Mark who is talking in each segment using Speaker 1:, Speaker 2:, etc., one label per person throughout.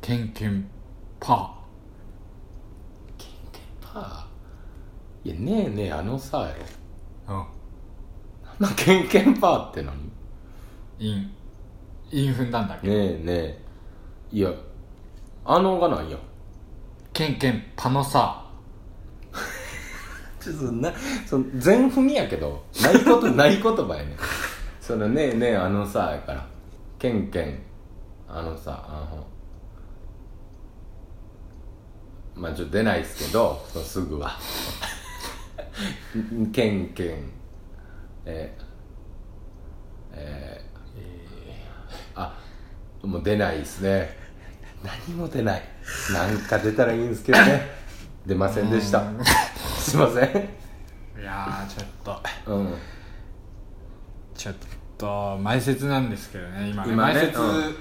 Speaker 1: ケンケンパ
Speaker 2: ケンケンパーいやねえねえあのさや
Speaker 1: ーう
Speaker 2: ろ
Speaker 1: ん
Speaker 2: あのケンケンパーって何ね
Speaker 1: インイン踏んだんだけど、
Speaker 2: えねえいやあのがないやん
Speaker 1: ケンケンパのさ
Speaker 2: ちょっとなその全踏みやけどないことない言葉やねんそのねえねえあのさやからケンケンあのさあのまあちょっと出ないですけどそうすぐは ケンケンえーえーあもう出ないですね何も出ないなんか出たらいいんですけどね出ませんでした
Speaker 1: うん
Speaker 2: すいません
Speaker 1: いやーちょっと
Speaker 2: うん
Speaker 1: ちょっと前説なんですけどね今ね
Speaker 2: 今ね
Speaker 1: 前説、
Speaker 2: うん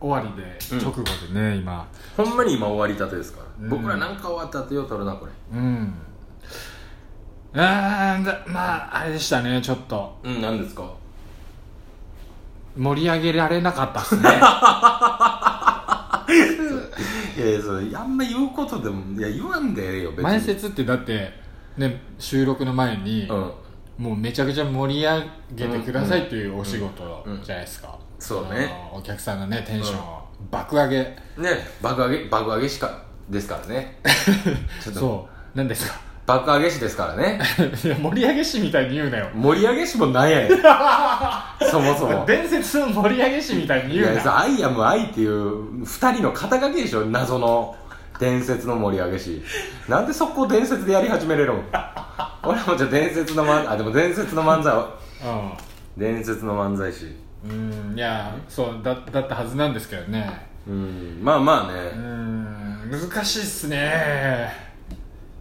Speaker 1: 終わりで、
Speaker 2: うん
Speaker 1: 直後でね今
Speaker 2: ほんまに今終わりたてですから、
Speaker 1: うん
Speaker 2: 僕らなんか終わったてよ取るなこれ
Speaker 1: うんうーんだまああれでしたねちょっと
Speaker 2: うん何ですか
Speaker 1: 盛り上げられなかったっすね
Speaker 2: いやいやそれあんま言うことでもいや言わんでええ よ別に
Speaker 1: 前説ってだってね収録の前に、
Speaker 2: うん
Speaker 1: もうめちゃくちゃ盛り上げてくださいっていうお仕事じゃないですか、
Speaker 2: そうね
Speaker 1: あのお客さんのねテンションを爆上げ、
Speaker 2: ね爆上げ爆上げしかですから ねちょっと
Speaker 1: そうなんですか
Speaker 2: 爆上げ師ですから ね
Speaker 1: いや盛り上げ師みたいに言うなよ
Speaker 2: 盛り上げ師もなんや ねんそもそも
Speaker 1: 伝説の盛り上げ師みたいに
Speaker 2: い
Speaker 1: 言う
Speaker 2: や
Speaker 1: な
Speaker 2: さアイアムアイっていう二人の肩書きでしょ謎の伝説の盛り上げ師なんでそこ伝説でやり始めれるん 俺もじゃあ伝説の漫あでも伝説の漫才を伝説の漫才師
Speaker 1: うんうんいやそうだだったはずなんですけどね
Speaker 2: うんまあま
Speaker 1: う
Speaker 2: あね
Speaker 1: ん難しいっすね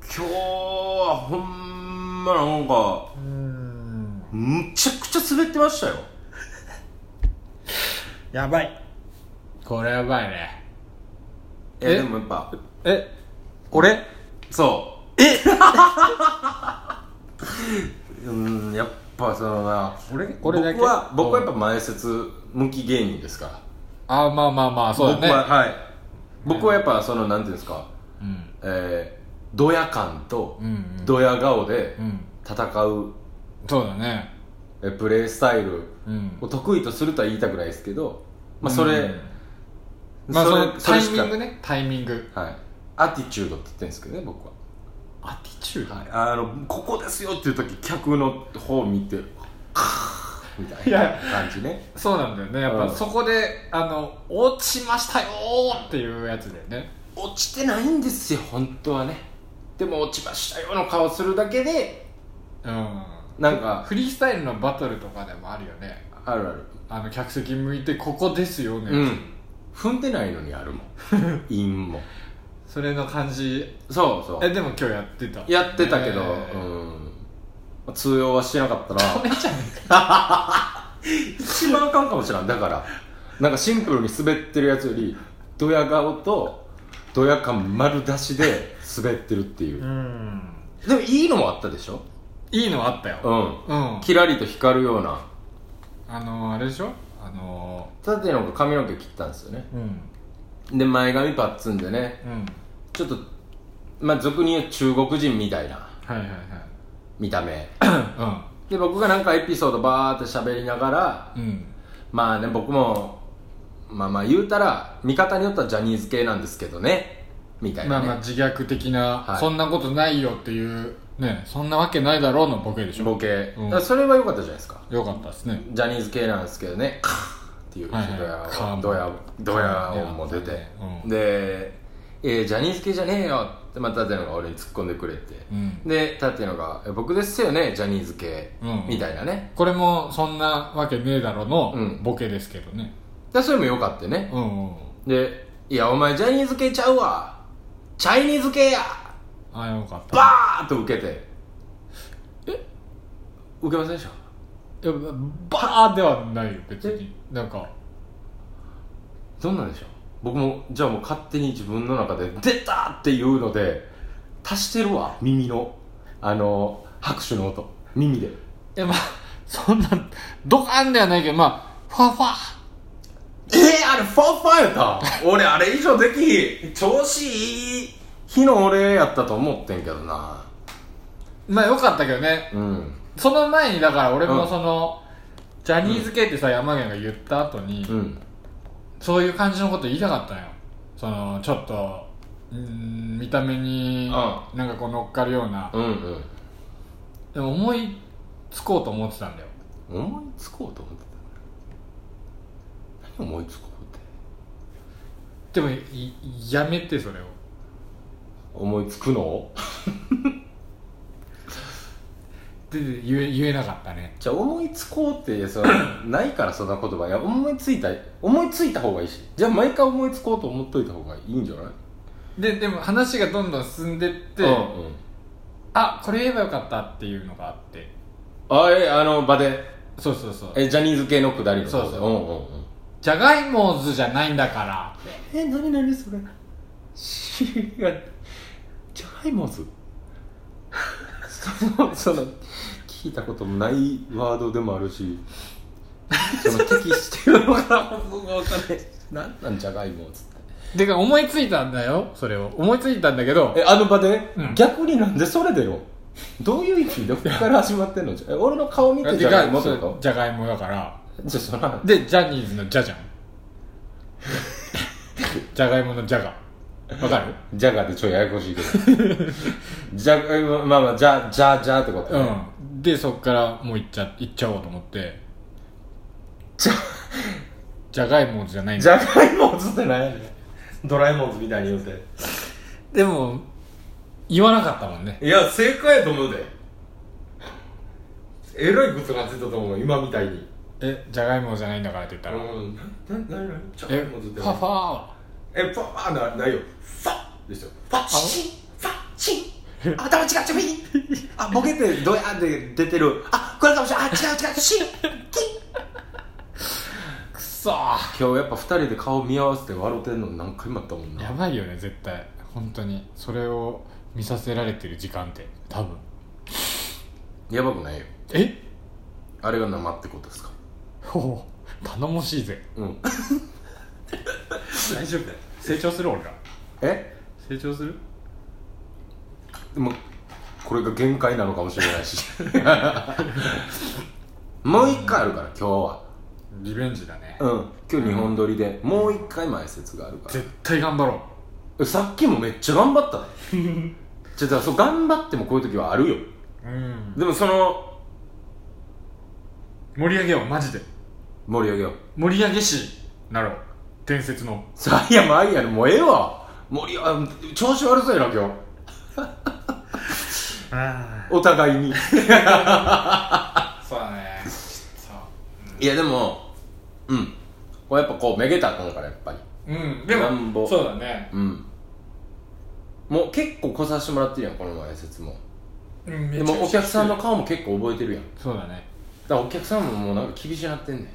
Speaker 2: 今日はほんまなんか
Speaker 1: うん
Speaker 2: むちゃくちゃ滑ってましたよ
Speaker 1: やばいこれやばいね
Speaker 2: いや
Speaker 1: え
Speaker 2: でもやっぱ
Speaker 1: え俺
Speaker 2: そうえ うんやっぱそのな
Speaker 1: 俺俺だけ
Speaker 2: 僕は僕はやっ
Speaker 1: ぱ
Speaker 2: ぱ前説向き芸人ですから
Speaker 1: あまあまあまあそうだね
Speaker 2: 僕ははい僕はやっぱそのなんていうんですか
Speaker 1: うん
Speaker 2: えー、ドヤ感と
Speaker 1: うんうん
Speaker 2: ドヤ顔で
Speaker 1: うん
Speaker 2: 戦う
Speaker 1: そうだね
Speaker 2: えプレースタイル
Speaker 1: うん
Speaker 2: を得意とするとは言いたくないですけど、まあ、それ、
Speaker 1: うんまあその
Speaker 2: それ
Speaker 1: タ
Speaker 2: し
Speaker 1: イミ
Speaker 2: か
Speaker 1: ングねタイミング
Speaker 2: はいアティチュードって言ってるんですけどね僕は、
Speaker 1: アティチュード
Speaker 2: あのここですよっていう時客の方を見て カーみたい
Speaker 1: い
Speaker 2: な
Speaker 1: や
Speaker 2: 感じね
Speaker 1: そうなんだよねやっぱ
Speaker 2: うん
Speaker 1: そこであの落ちましたよーっていうやつだよね
Speaker 2: 落ちてないんですよ本当はねでも落ちましたよの顔するだけで
Speaker 1: うん
Speaker 2: なんか
Speaker 1: フリースタイルのバトルとかでもあるよね
Speaker 2: あるある
Speaker 1: あの客席向いてここですよね、
Speaker 2: うん踏んでないのにあるもん 陰も
Speaker 1: それの感じ
Speaker 2: そうそ
Speaker 1: え
Speaker 2: う
Speaker 1: でも今日やってた
Speaker 2: やってたけど、
Speaker 1: ね
Speaker 2: うん通用はしてなかったな
Speaker 1: ダメじゃね
Speaker 2: 一番あかんかもしれんだからなんかシンプルに滑ってるやつよりドヤ顔とドヤ感丸出しで滑ってるっていうう、
Speaker 1: ん
Speaker 2: でもいいのもあったでしょ
Speaker 1: いいのあったよ
Speaker 2: うん
Speaker 1: うん
Speaker 2: キラリと光るような
Speaker 1: あのー、あれでしょあの
Speaker 2: 縦の子髪の毛切ったんですよね
Speaker 1: ー、うん
Speaker 2: で前髪パッツンでね
Speaker 1: うん
Speaker 2: ちょっとまあ俗に言う中国人みたいな
Speaker 1: はいはい
Speaker 2: 見た目
Speaker 1: はい
Speaker 2: で僕がなんかエピソードバーって喋りながら
Speaker 1: うんうん
Speaker 2: まあね僕もまあまあ言うたら見方によってはジャニーズ系なんですけどねみたい
Speaker 1: ま
Speaker 2: な、
Speaker 1: あ
Speaker 2: ね、
Speaker 1: まあ自虐的な、
Speaker 2: はい
Speaker 1: そんなことないよっていうねそんなわけないだろうのボケでしょ
Speaker 2: ボケ、
Speaker 1: うん
Speaker 2: だからそれは良かったじゃないですか
Speaker 1: よかったですね
Speaker 2: ジャニーズ系なんですけどねカ ーっていうド
Speaker 1: はいはい
Speaker 2: ヤ
Speaker 1: カー
Speaker 2: 音
Speaker 1: も
Speaker 2: ドヤドヤ音も出て、で、えージャニーズ系じゃねえよ」ってまた舘野が俺に突っ込んでくれて、
Speaker 1: うん
Speaker 2: で舘野がえ「僕ですよねジャニーズ系」
Speaker 1: うん
Speaker 2: みたいなね
Speaker 1: これもそんなわけねえだろうの
Speaker 2: うん
Speaker 1: ボケですけどね
Speaker 2: でそれも良かったよね、
Speaker 1: うんうん
Speaker 2: で「いやお前ジャニーズ系ちゃうわチャイニーズ系や!」
Speaker 1: あよかった
Speaker 2: バーッと受けてえ受けませんでした
Speaker 1: いやバーではないよ別になんか
Speaker 2: どんなんでしょう僕もじゃあもう勝手に自分の中で「出た!」っていうので足してるわ耳のあの拍手の音耳で
Speaker 1: いやまあそんなドカンではないけどまあファファ
Speaker 2: えー、あれファンファンやった俺あれ以上できひん調子いい日の俺やったと思ってんけどな
Speaker 1: まあよかったけどね
Speaker 2: うん
Speaker 1: その前にだから俺
Speaker 2: う
Speaker 1: も
Speaker 2: ん
Speaker 1: その、ジャニーズ系ってさ山源が言った後に、
Speaker 2: うん
Speaker 1: そういう感じのこと言いたかったのよそのちょっとうーん見た目に
Speaker 2: う
Speaker 1: なんかこう乗っかるような、
Speaker 2: うんうん
Speaker 1: でも思いつこうと思ってたんだよ
Speaker 2: 思いつこうと思ってた何思いつこうって
Speaker 1: でもいやめてそれを
Speaker 2: 思いつくの
Speaker 1: でで言え言えなかったね
Speaker 2: じゃあ思いつこうってそのないからそんな言葉いや思いついた思いついた方がいいしじゃあ毎回思いつこうと思っといた方がいいんじゃない
Speaker 1: ででも話がどんどん進んでって、
Speaker 2: うんうん、
Speaker 1: あこれ言えばよかったっていうのがあって
Speaker 2: あえあの場で
Speaker 1: そうそうそう
Speaker 2: えジャニーズ系のくだりの
Speaker 1: そうそうん
Speaker 2: うんうん
Speaker 1: じゃがいもーずじゃないんだからって
Speaker 2: え何何それしがじゃがい もずそのその聞いたこともないワードでもあ るしその適してるのか僕が分かんない何なんじゃがいもずって
Speaker 1: でか思いついたんだよそれを思いついたんだけど
Speaker 2: えあの場で、
Speaker 1: うん
Speaker 2: 逆になんでそれでよどういう意味どこから始まってんのじゃえ俺の顔見て
Speaker 1: じ
Speaker 2: じ
Speaker 1: ゃ
Speaker 2: ゃ
Speaker 1: が
Speaker 2: が
Speaker 1: い
Speaker 2: い
Speaker 1: も
Speaker 2: も
Speaker 1: そ
Speaker 2: と
Speaker 1: う
Speaker 2: か
Speaker 1: じゃがいもだから
Speaker 2: じゃその
Speaker 1: でジャニーズの「じゃ」じ ゃんじゃがいもの「じゃ」がわかる
Speaker 2: じゃがでちょっとややこしいけど じゃえまあまあじゃじゃじゃってこと
Speaker 1: う
Speaker 2: ね、
Speaker 1: んでそっからもう行っちゃ行っちゃおうと思って
Speaker 2: じゃ
Speaker 1: じゃがいもじゃないん
Speaker 2: じ
Speaker 1: だ
Speaker 2: ゃがいもずってないねんドラえもんずみたいに言うて
Speaker 1: でも言わなかったもんね
Speaker 2: いや正解やと思うでエロい靴がついたと思う今みたいに
Speaker 1: えじゃがいもじゃないんだからって言ったら
Speaker 2: ん何何じゃが
Speaker 1: え
Speaker 2: いもずって
Speaker 1: ファファーは
Speaker 2: えパワーなないよファッですよファッチンファッチン頭違う違うピンあボケてドヤーって出てるあこれかもしれないあ違う違うシン
Speaker 1: くそー
Speaker 2: 今日やっぱ二人で顔見合わせて笑うてんの何回もあったもん
Speaker 1: や
Speaker 2: な
Speaker 1: ばいよね絶対本当にそれを見させられてる時間って多分
Speaker 2: やばくないよ
Speaker 1: え
Speaker 2: あれが生ってことですか
Speaker 1: ほほ頼もしいぜ
Speaker 2: うん
Speaker 1: 大丈夫だよ成長する俺ら
Speaker 2: え
Speaker 1: 成長する
Speaker 2: でもこれが限界なのかもしれない しもう一回あるから今日は
Speaker 1: リベンジだね
Speaker 2: うん今日日本撮りで、もう一回前説があるから
Speaker 1: 絶対頑張ろう
Speaker 2: えさっきもめっちゃ頑張ったね じゃあだからそう頑張ってもこういう時はあるよ
Speaker 1: うん
Speaker 2: でもその
Speaker 1: 盛り上げようマジで
Speaker 2: 盛り上げよう
Speaker 1: 盛り上げ師なろう伝説の
Speaker 2: さあいやまあいいやもうええわ盛りあ調子悪そうやな今日
Speaker 1: あ
Speaker 2: お互いに
Speaker 1: あそうだねそう
Speaker 2: いやでもうんこれやっぱこうめげた今からやっぱり
Speaker 1: うんで
Speaker 2: なんぼ
Speaker 1: もそうだね
Speaker 2: うんもう結構来させてもらってるやんこの前説も
Speaker 1: うんめ
Speaker 2: で
Speaker 1: ちゃくちゃ
Speaker 2: もお客さんの顔も結構覚えてるやんだ
Speaker 1: そうだね
Speaker 2: からお客さんももうなんか厳しいなってんねん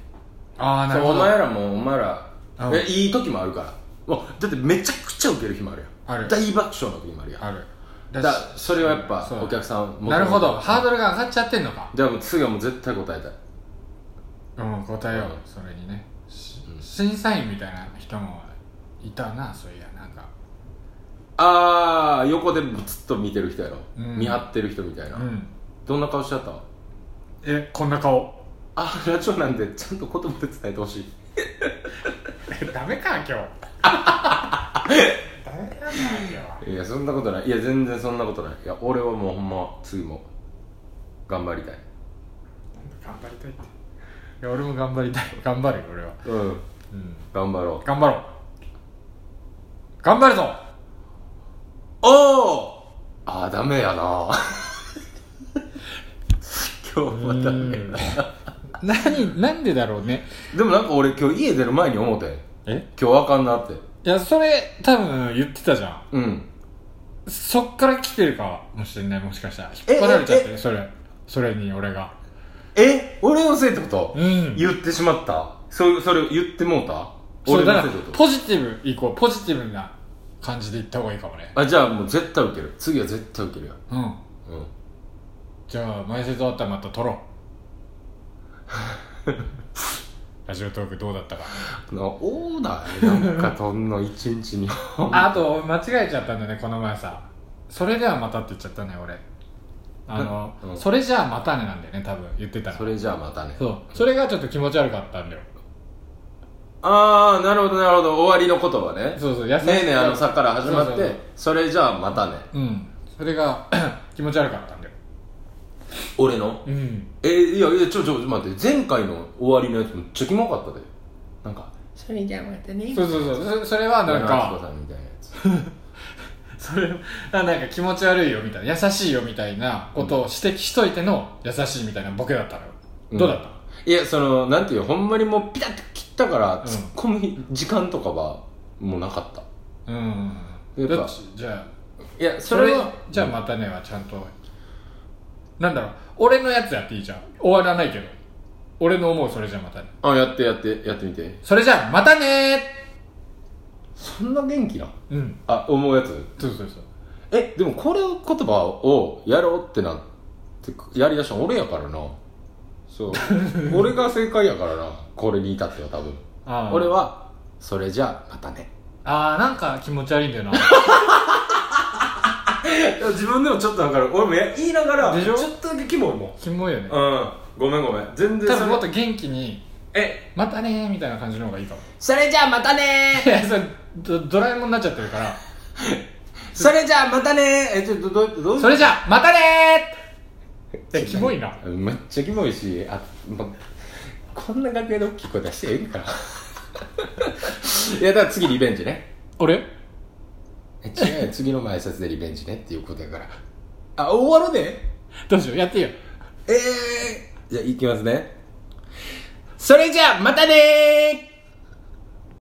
Speaker 1: ああな
Speaker 2: そ
Speaker 1: る
Speaker 2: う
Speaker 1: ほ
Speaker 2: お
Speaker 1: ど
Speaker 2: 前らもお前ら
Speaker 1: うん
Speaker 2: えいい時もあるからもうだってめちゃくちゃウケる日もあるやん
Speaker 1: ある
Speaker 2: 大爆笑の時もあるやん
Speaker 1: ある
Speaker 2: だからそれはやっぱ
Speaker 1: そう
Speaker 2: お客さん
Speaker 1: なるほどハー
Speaker 2: は
Speaker 1: ドルが上がっちゃってんのか
Speaker 2: じゃあもう次はもう絶対答えたい
Speaker 1: うん答えようそれにねし審査員みたいな人もいたなそういやなんか
Speaker 2: ああ横でずっと見てる人やろ、
Speaker 1: うん
Speaker 2: 見張ってる人みたいな、
Speaker 1: うん
Speaker 2: どんな顔しちゃった
Speaker 1: えこんな顔
Speaker 2: あラジオなんでちゃんと言葉で伝えてほしい
Speaker 1: ダメか今日ダメだな今日はい
Speaker 2: やそんなことないいや全然そんなことないいや俺はもうほんま次も頑張りたい
Speaker 1: 頑張りたいっていや俺も頑張りたい頑張るよ俺は
Speaker 2: うん
Speaker 1: うん
Speaker 2: 頑張ろう
Speaker 1: 頑張ろう頑張るぞ
Speaker 2: おおあーダメや な今日はダ メやな
Speaker 1: 何なんでだろうね
Speaker 2: でもなんか俺今日家出る前に思って
Speaker 1: え
Speaker 2: 今日あかんなって
Speaker 1: いやそれ多分言ってたじゃん
Speaker 2: うん
Speaker 1: そっから来てるかもしれないもしかしたら
Speaker 2: え
Speaker 1: 引っ張られちゃって
Speaker 2: え
Speaker 1: るそれそれに俺が
Speaker 2: え俺のせいってこと、
Speaker 1: うん
Speaker 2: 言ってしまったそそれ言ってもうた
Speaker 1: そう
Speaker 2: 俺
Speaker 1: だ
Speaker 2: の
Speaker 1: か
Speaker 2: せい
Speaker 1: ら
Speaker 2: ってこと
Speaker 1: ポジティブいこうポジティブな感じでいった方がいいかもね
Speaker 2: あじゃあもう絶対受ける次は絶対受けるよ
Speaker 1: うん
Speaker 2: うん
Speaker 1: じゃあ前説終わったらまた撮ろう ラジオトークどうだったか
Speaker 2: のオーダーねなんかとんの一日 に
Speaker 1: ああと間違えちゃったんだねこの前さそれではまたって言っちゃったね俺あの、
Speaker 2: うん
Speaker 1: それじゃあまたねなんだよね多分言ってたら
Speaker 2: それじゃあまたね
Speaker 1: そうそれがちょっと気持ち悪かったんだよ
Speaker 2: ああなるほどなるほど終わりの言葉ね
Speaker 1: そうそう優し
Speaker 2: ねえねえあのさから始まって
Speaker 1: そ
Speaker 2: そう
Speaker 1: そう
Speaker 2: れじゃあまたね
Speaker 1: そううんそれが 気持ち悪かったんだよ
Speaker 2: 俺の
Speaker 1: うん
Speaker 2: えいやいやちょちょ待って前回の終わりのやつめっちゃキモかったでなんかそれじゃあまたね
Speaker 1: そうそうそうそそれはなん
Speaker 2: 七彦
Speaker 1: か
Speaker 2: さんみたいなやつ
Speaker 1: それはなんか気持ち悪いよみたいな優しいよみたいなことを指摘しといての優しいみたいなボケだったのよ、
Speaker 2: うん
Speaker 1: どうだった
Speaker 2: いやそのなんていうほんまにもうピタッと切ったから
Speaker 1: ん
Speaker 2: 突っ込む時間とかはもうなかった
Speaker 1: うん
Speaker 2: やっぱ
Speaker 1: どっちじゃあ
Speaker 2: いや
Speaker 1: そ
Speaker 2: そ
Speaker 1: れ
Speaker 2: れ
Speaker 1: は
Speaker 2: は
Speaker 1: じゃあまたねはちゃんとなんだろう俺のやつやっていいじゃん終わらないけど俺の思うそれじゃあまたね
Speaker 2: あやってやってやってみて
Speaker 1: それじゃあまたね
Speaker 2: そんな元気な
Speaker 1: ーうん
Speaker 2: あ思うやつ
Speaker 1: そうそうそう
Speaker 2: えでもこれを言葉をやろうってなってやりだしたの俺やからな そう俺が正解やからなこれに至っては多分
Speaker 1: あー
Speaker 2: 俺はそれじゃあまたね
Speaker 1: あーなんか気持ち悪いんだよな
Speaker 2: 自分でもちょっと分かる俺もや言いながら
Speaker 1: でしょ
Speaker 2: ちょっとだけキモいもん
Speaker 1: キモいよね
Speaker 2: うんごめんごめん全
Speaker 1: 多
Speaker 2: そ
Speaker 1: 分
Speaker 2: れ
Speaker 1: もっと元気に
Speaker 2: え
Speaker 1: 「またね」みたいな感じの方がいいかも
Speaker 2: それじゃあまたね
Speaker 1: いやそれドドラえもんになっちゃってるから
Speaker 2: それじゃあまたねえちょっとどどう
Speaker 1: それじゃあまたねーえキモいな
Speaker 2: めっちゃキモいしあ、ま、こんな楽屋で大きい声出してええんかないやだから次リベンジね
Speaker 1: 俺
Speaker 2: え違うよ次の前挨拶でリベンジねっていうことやからあ終わるで
Speaker 1: どうしようやっていいよ
Speaker 2: ええー、じゃあいきますねそれじゃあまたねー